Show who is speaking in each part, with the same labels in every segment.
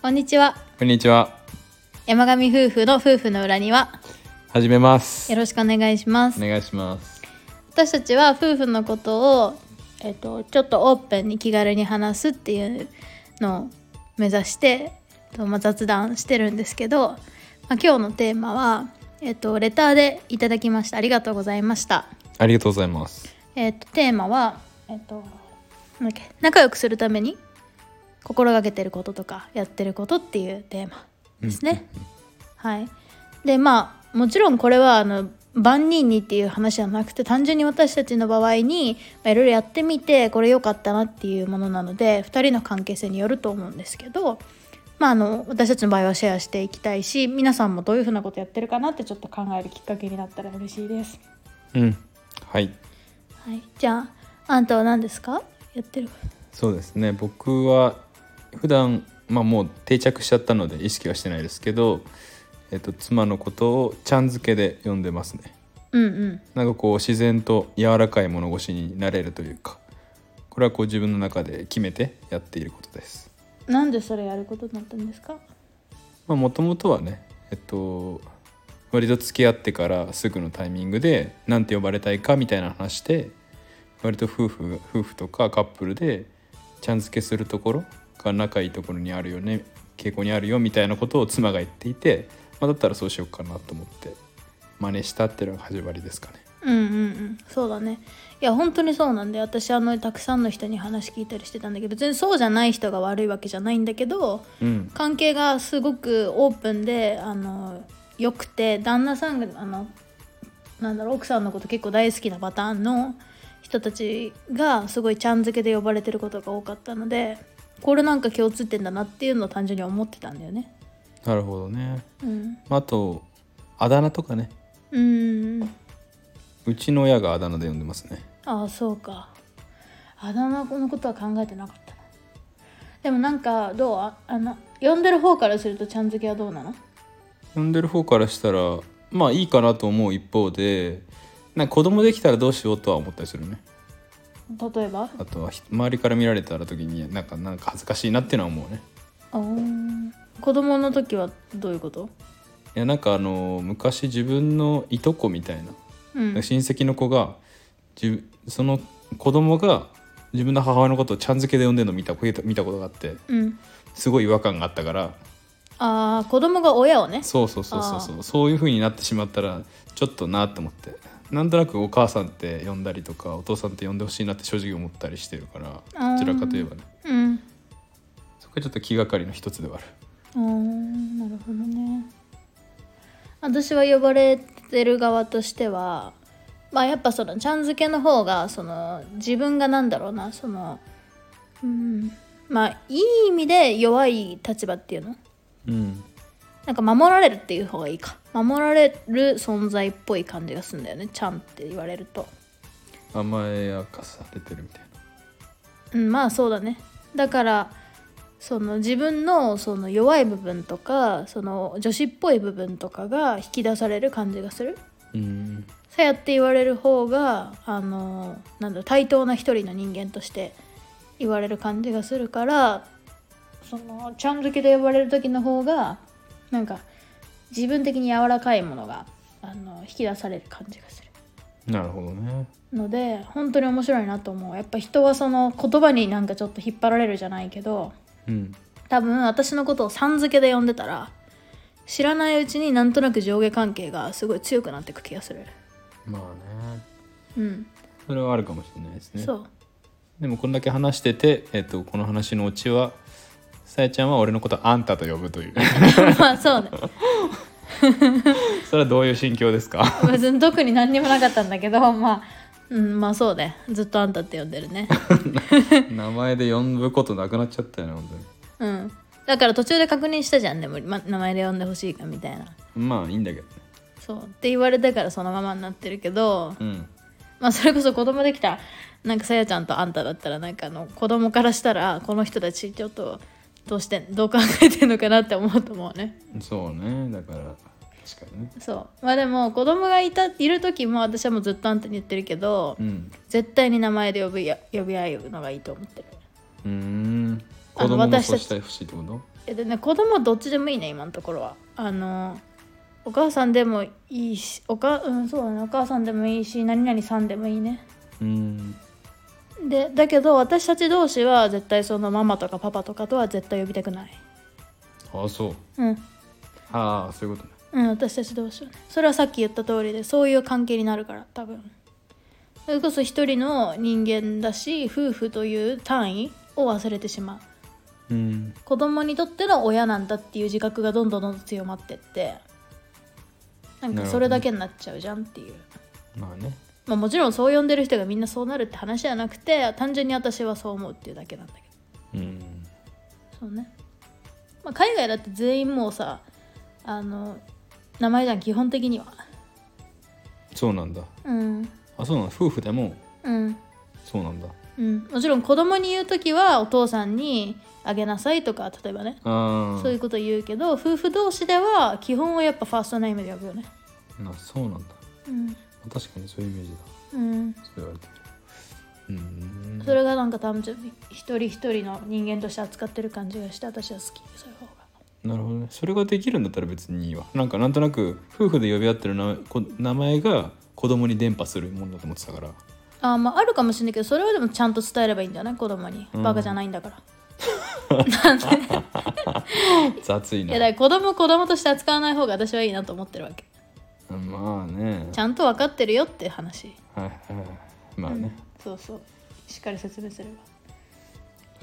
Speaker 1: こんにちは
Speaker 2: こんにちは。
Speaker 1: 山上夫婦の夫婦の裏には
Speaker 2: 始めます
Speaker 1: よ。ろしくお願いします
Speaker 2: お願いします。
Speaker 1: 私たちは夫婦のことを、えっと、ちょっとオープンに気軽に話すっていうのを目指して、えっとまあ、雑談してるんですけど、まあ、今日のテーマは、えっと、レターでいただきましたありがとうございました、
Speaker 2: ありがとうございます。
Speaker 1: えっと、テーマは、えっと、なんだっけ仲良くするために心がけてることとかやってることっていうテーマですね。はい、でまあもちろんこれはあの万人にっていう話じゃなくて単純に私たちの場合にまあいろいろやってみてこれ良かったなっていうものなので2人の関係性によると思うんですけど、まあ、あの私たちの場合はシェアしていきたいし皆さんもどういうふうなことやってるかなってちょっと考えるきっかけになったら嬉しいです。
Speaker 2: うん。はい。
Speaker 1: はい、じゃああんたは何ですかやってる
Speaker 2: そうですね。僕は普段まあもう定着しちゃったので意識はしてないですけど、えっと妻のことをちゃん付けで呼んでますね。
Speaker 1: うんうん
Speaker 2: なんかこう自然と柔らかい物腰になれるというか、これはこう自分の中で決めてやっていることです。
Speaker 1: なんでそれやることになったんですか
Speaker 2: まあもともとはね、えっと割と付き合ってからすぐのタイミングで何て呼ばれたいかみたいな話で割と夫婦夫婦とかカップルでちゃん付けするところが仲いいところにあるよね傾向にあるよみたいなことを妻が言っていて、まあ、だったらそうしようかなと思って真似したっていうのが始まりですかね。
Speaker 1: うんうんうんそうだねいや本当にそうなんで私あのたくさんの人に話聞いたりしてたんだけど別にそうじゃない人が悪いわけじゃないんだけど
Speaker 2: うん、
Speaker 1: 関係がすごくオープンであの良くて旦那さんがあのなんだろう奥さんのこと結構大好きなパターンの人たちがすごいちゃん付けで呼ばれてることが多かったのでこれなんか共通点だなっていうのを単純に思ってたんだよね。
Speaker 2: なるほどね。
Speaker 1: うん、
Speaker 2: まああとあだ名とかね
Speaker 1: うん
Speaker 2: うちの親があだ名で呼んでますね。
Speaker 1: ああそうかあだ名のことは考えてなかったなでもなんかどうああの呼んでる方からするとちゃん付けはどうなの
Speaker 2: 呼んでる方からしたらまあいいかなと思う一方でなんか子供できたらどうしようとは思ったりするね
Speaker 1: 例えば
Speaker 2: あとはひ周りから見られたら時になんかなんか恥ずかしいなっていうのは思うね
Speaker 1: あー子供の時はどういうこと
Speaker 2: いやなんかあの昔自分のいとこみたいな
Speaker 1: うん
Speaker 2: 親戚の子が自その子供が自分の母親のことをちゃん付けで呼んでるの見た見たことがあって
Speaker 1: うん
Speaker 2: すごい違和感があったから
Speaker 1: ああ子供が親をね
Speaker 2: そうそうそうそうそうそういう風になってしまったらちょっとなと思ってなんとなくお母さんって呼んだりとかお父さんって呼んでほしいなって正直思ったりしてるから
Speaker 1: あー
Speaker 2: どちらかといえばね
Speaker 1: うん
Speaker 2: そこがちょっと気がかりの一つではある
Speaker 1: あーなるほどね私は呼ばれてる側としてはまあやっぱそのちゃんづけの方がその自分がなんだろうなそのうんまあいい意味で弱い立場っていうの
Speaker 2: うん
Speaker 1: なんか守られるっていう方がいいか守られる存在っぽい感じがするんだよねちゃんって言われると
Speaker 2: 甘やかされてるみたい
Speaker 1: うんまあそうだねだからその自分のその弱い部分とかその女子っぽい部分とかが引き出される感じがする
Speaker 2: なうん
Speaker 1: そうやって言われる方があのなんだろう対等な一人の人間として言われる感じがするからそのちゃん付けで呼ばれる時の方がなんか自分的に柔らかいものがあの引き出される感じがする
Speaker 2: なるほどね
Speaker 1: ので本当に面白いなと思うやっぱ人はその言葉になんかちょっと引っ張られるじゃないけど
Speaker 2: うん
Speaker 1: 多分私のことをさん付けで呼んでたら知らないうちになんとなく上下関係がすごい強くなってく気がする
Speaker 2: まあね
Speaker 1: うん、
Speaker 2: それはあるかもしれないですね
Speaker 1: そう
Speaker 2: でもこんだけ話してて、えっとこの話のオチはさやちゃんは俺のことあんたと呼ぶという
Speaker 1: まあそうね
Speaker 2: それはどういう心境ですか
Speaker 1: 別に特に何にもなかったんだけどまあうんまあそうねずっとあんたって呼んでるね
Speaker 2: 名前で呼ぶことなくなっちゃったよね本当に
Speaker 1: うんだから途中で確認したじゃんでも、ま、名前で呼んでほしいかみたいな
Speaker 2: まあいいんだけどね
Speaker 1: そうって言われたからそのままになってるけど
Speaker 2: うん
Speaker 1: まあそれこそ子供できたなんかさやちゃんとあんただったらなんかあの子供からしたらこの人たちちょっとどうしてどう考えてんのかなって思うと思うね
Speaker 2: そうねだから確かにね
Speaker 1: そうまあでも子供がいたいる時も私はもうずっとあんたに言ってるけど、
Speaker 2: うん
Speaker 1: 絶対に名前で呼びや呼び合うのがいいと思ってる
Speaker 2: うーん
Speaker 1: あの
Speaker 2: 子供も
Speaker 1: 私
Speaker 2: そ
Speaker 1: た
Speaker 2: う
Speaker 1: ち
Speaker 2: したい欲しいってこと
Speaker 1: えでね子供どっちでもいいね今のところはあのお母さんでもいいしおか、うん、そうだねお母さんでもいいし何々さんでもいいね
Speaker 2: うーん
Speaker 1: でだけど私たち同士は絶対そのママとかパパとかとは絶対呼びたくない
Speaker 2: ああそう
Speaker 1: うん
Speaker 2: ああそういうこと
Speaker 1: う
Speaker 2: ね
Speaker 1: ん私たち同士はねそれはさっき言った通りでそういう関係になるから多分それこそ一人の人間だし夫婦という単位を忘れてしまう
Speaker 2: うん
Speaker 1: 子供にとっての親なんだっていう自覚がどんどんどんどん強まってってなんかそれだけになっちゃうじゃんっていう、
Speaker 2: まあね
Speaker 1: まあ、もちろんそう呼んでる人がみんなそうなるって話じゃなくて単純に私はそう思うっていうだけなんだけ
Speaker 2: うん
Speaker 1: どそうね、まあ、海外だって全員もうさあの名前じゃん基本的には
Speaker 2: そうなんだ
Speaker 1: うん
Speaker 2: あそうなんだ夫婦でも
Speaker 1: うん
Speaker 2: そうなんだ
Speaker 1: うんもちろん子供に言う時はお父さんにあげなさいとか例えばね
Speaker 2: ああ
Speaker 1: そういうこと言うけど夫婦同士では基本はやっぱファーストネームで呼ぶよね
Speaker 2: なそうなんだ
Speaker 1: うん
Speaker 2: 確かにそういうイメージだ
Speaker 1: うん
Speaker 2: そう言われてみるうーん
Speaker 1: それがなんか単純に一人一人の人間として扱ってる感じがして私は好きそういう方が
Speaker 2: なるほどねそれができるんだったら別にいいわなんかなんとなく夫婦で呼び合ってる名こ名前が子供に伝播するものだと思ってたから
Speaker 1: あーまああるかもしれないけどそれはでもちゃんと伝えればいいんじゃない子供に、
Speaker 2: うん
Speaker 1: バカじゃないんだから
Speaker 2: 雑い
Speaker 1: い
Speaker 2: な
Speaker 1: やだから子供子供として扱わない方が私はいいなと思ってるわけ
Speaker 2: まあね
Speaker 1: ちゃんと分かってるよって話
Speaker 2: はいはいまあね、
Speaker 1: そうそうしっかり説明すれ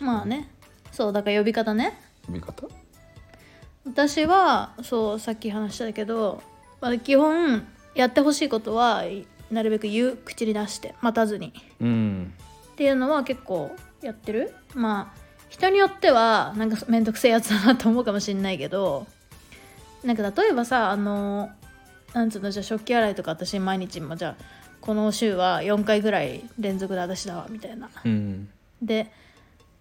Speaker 1: ばまあねそうだから呼び方ね
Speaker 2: 呼び方
Speaker 1: 私はそうさっき話したけど、まあ、基本やってほしいことはいなるべく言う口に出して待たずに
Speaker 2: うん
Speaker 1: っていうのは結構やってるまあ人によってはなんかめんどくせえやつだなと思うかもしれないけどなんか例えばさあのなんつうのじゃあ食器洗いとか私毎日もじゃあこの週は4回ぐらい連続で私だわみたいな
Speaker 2: うん
Speaker 1: で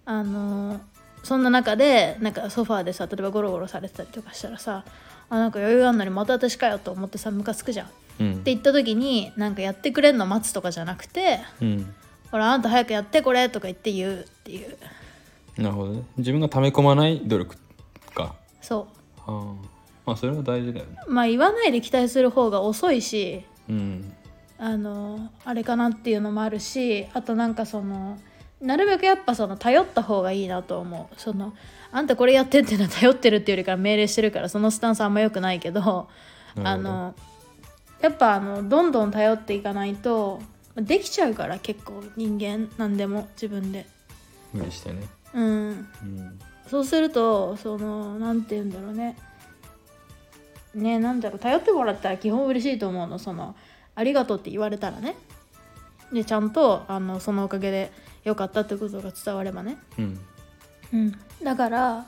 Speaker 1: あのそんな中でなんかソファーでさ例えばゴロゴロされてたりとかしたらさあなんか余裕あんのにまた私かよと思ってさムカつくじゃん。っ
Speaker 2: うん
Speaker 1: て言った時になんかやってくれんの待つとかじゃなくて
Speaker 2: うん
Speaker 1: ほらあんた早くやってこれとか言って言うっていう
Speaker 2: なるほどね自分が溜め込まない努力か
Speaker 1: そ
Speaker 2: あーまあそれは大事だよね
Speaker 1: うまあ言わないで期待する方が遅いし
Speaker 2: うん
Speaker 1: あのあれかなっていうのもあるしあとなんかそのなるべくやっぱその頼った方がいいなと思うそのあんたこれやってっていうのは頼ってるっていうよりかは命令してるからそのスタンスあんま良くないけど
Speaker 2: な
Speaker 1: あ
Speaker 2: るほど
Speaker 1: のやっぱあのどんどん頼っていかないとできちゃうから結構人間なんでも自分で
Speaker 2: 無理してね
Speaker 1: うん
Speaker 2: うん
Speaker 1: そうするとそのなんて言うんだろうねねなんだろう頼ってもらったら基本嬉しいと思うのそのありがとうって言われたらねでちゃんとあのそのおかげで良かったってことが伝わればね、
Speaker 2: うん
Speaker 1: うん、だから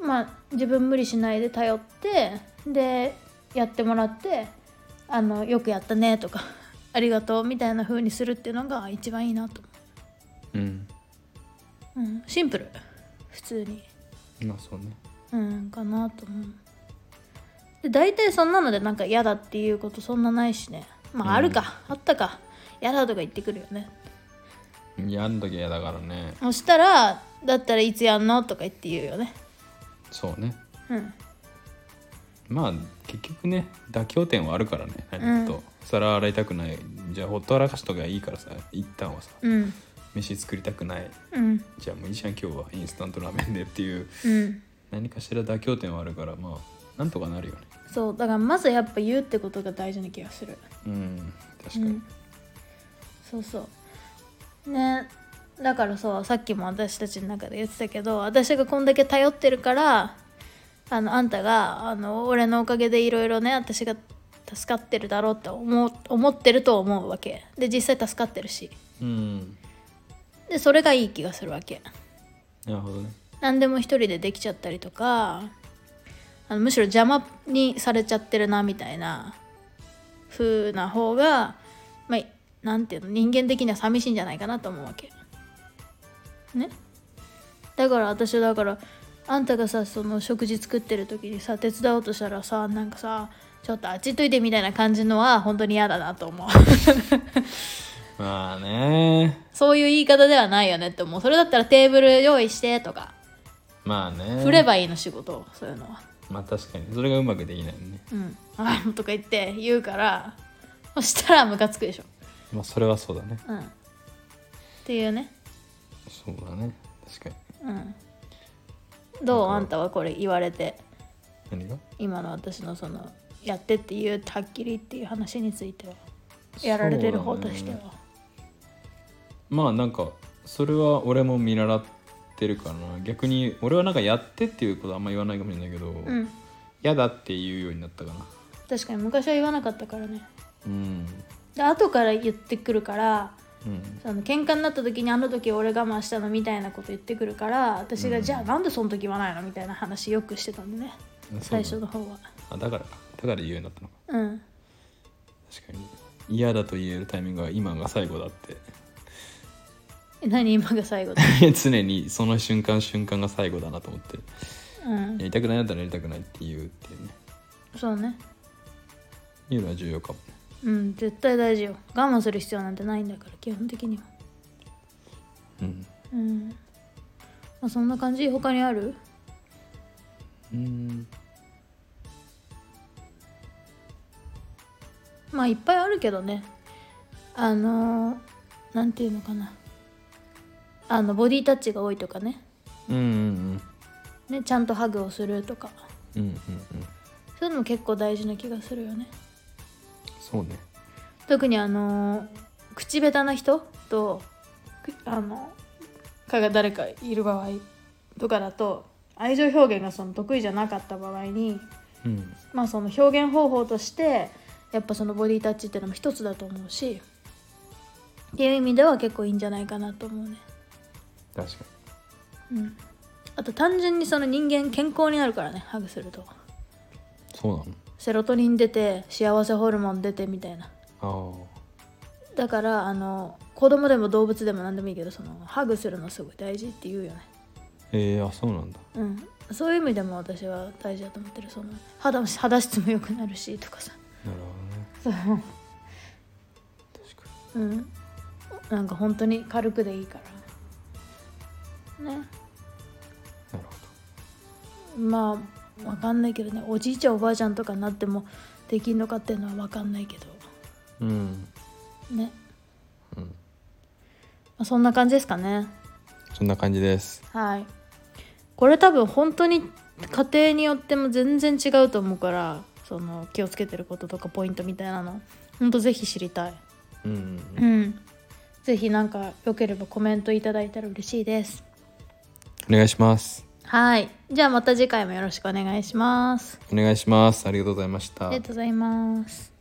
Speaker 1: まあ自分無理しないで頼ってでやってもらってあのよくやったねとか ありがとうみたいな風にするっていうのが一番いいなと
Speaker 2: うん
Speaker 1: 思う、うん、シンプル普通に。
Speaker 2: まあそうね
Speaker 1: うんかなと思うで大体そんなのでなんか嫌だっていうことそんなないしねまああるか、あったか嫌だとか言ってくるよね
Speaker 2: やんだけ嫌だからね
Speaker 1: そしたらだったらいつやんのとか言って言うよね
Speaker 2: そうね
Speaker 1: うん
Speaker 2: まあ結局ね妥協点はあるからね何かと、皿洗いたくないじゃあほったらかしとかいいからさ一旦はさ
Speaker 1: うん
Speaker 2: 飯作りたくない
Speaker 1: うん
Speaker 2: じゃあもういいじゃん今日はインスタントラーメンでっていう
Speaker 1: うん
Speaker 2: 何かしら妥協点はあるからまあなんとかなるよね
Speaker 1: そうだからまずやっぱ言うってことが大事な気がする
Speaker 2: うん確かに、
Speaker 1: うんそうそうねだからそうさっきも私たちの中で言ってたけど私がこんだけ頼ってるからあのあんたがあの俺のおかげでいろいろね私が助かってるだろうって思う思ってると思うわけで実際助かってるし
Speaker 2: うん、
Speaker 1: でそれがいい気がするわけ
Speaker 2: なるほどね
Speaker 1: 何でも一人でできちゃったりとかあのむしろ邪魔にされちゃってるなみたいな風な方がまあなんていうの人間的には寂しいんじゃないかなと思うわけねだから私はだからあんたがさその食事作ってる時にさ手伝おうとしたらさなんかさちょっとあっちといてみたいな感じのは本当に嫌だなと思う
Speaker 2: まあね
Speaker 1: そういう言い方ではないよねって思うそれだったらテーブル用意してとか
Speaker 2: まあね
Speaker 1: 振ればいいの仕事をそういうのは
Speaker 2: まあ確かにそれがうまくできないよね
Speaker 1: うんあ とか言って言うからそしたらムカつくでしょ
Speaker 2: まあそれはそうだね
Speaker 1: うんっていうね
Speaker 2: そうだね確かに
Speaker 1: うんどうあんたはこれ言われて
Speaker 2: 何が
Speaker 1: 今の私のそのやってっていうはっきりっていう話についてはやられてる方としては
Speaker 2: そうだねまあなんかそれは俺も見習ってるかな逆に俺はなんかやってっていうことはあんま言わないかもしれないけど、
Speaker 1: うん
Speaker 2: 嫌だって言うようになったかな
Speaker 1: 確かに昔は言わなかったからね
Speaker 2: うん
Speaker 1: で後から言ってくるから
Speaker 2: うん
Speaker 1: その喧嘩になった時にあの時俺我慢したのみたいなこと言ってくるから私が、じゃあなんでその時言わないのみたいな話よくしてたんでね
Speaker 2: そう
Speaker 1: 最
Speaker 2: だ
Speaker 1: 初
Speaker 2: ね
Speaker 1: の方は
Speaker 2: あだからかだから言うようになったのか
Speaker 1: うん
Speaker 2: 確かに嫌だと言えるタイミングは今が最後だって
Speaker 1: え何今が最後だ
Speaker 2: 常にその瞬間瞬間が最後だなと思って
Speaker 1: うん
Speaker 2: やりたくないんだったらやりたくないって言うっていうね
Speaker 1: そうね
Speaker 2: いうのは重要かもね
Speaker 1: うん絶対大事よ我慢する必要なんてないんだから基本的には
Speaker 2: うん
Speaker 1: うん、まあ、そんな感じ他にある
Speaker 2: うん
Speaker 1: まあいっぱいあるけどねあのーなんていうのかなあのボディタッチが多いとかね
Speaker 2: うんうん
Speaker 1: ねちゃんとハグをするとか
Speaker 2: うんうんうんうん
Speaker 1: そういうのも結構大事な気がするよね
Speaker 2: そうね
Speaker 1: 特にあのー口下手な人とくあのかが誰かいる場合とかだと愛情表現がその得意じゃなかった場合に
Speaker 2: うん
Speaker 1: まあその表現方法としてやっぱそのボディタッチっていうのも一つだと思うしっていう意味では結構いいんじゃないかなと思うね
Speaker 2: 確かに
Speaker 1: うんあと単純にその人間健康になるからねハグすると
Speaker 2: そうなの
Speaker 1: セロトニン出て幸せホルモン出てみたいな
Speaker 2: あ
Speaker 1: だからあの子供でも動物でも何でもいいけどそのハグするのすごい大事って言うよね
Speaker 2: あえー、あそうなんだ
Speaker 1: うんそういう意味でも私は大事だと思ってるその肌も肌質も良くなるしとかさ
Speaker 2: なるほどね
Speaker 1: そう
Speaker 2: 確か
Speaker 1: うんなんか本当に軽くでいいからね
Speaker 2: になる
Speaker 1: まあわかんないけどねおじいちゃんおばあちゃんとかになってもできんのかっていうのはわかんないけど
Speaker 2: ほどうん
Speaker 1: ね、
Speaker 2: うん
Speaker 1: まあ、そんな感じですかね
Speaker 2: そんな感じです
Speaker 1: はいこれ多分本当に家庭によっても全然違うと思うからその気をつけてることとかポイントみたいなのほんとぜひ知りたい
Speaker 2: うんうんうん
Speaker 1: うんぜひなんかよければコメントいただいたら嬉しいです
Speaker 2: お願いします
Speaker 1: はいじゃあまた次回もよろしくお願いします
Speaker 2: お願いしますありがとうございました
Speaker 1: ありがとうございます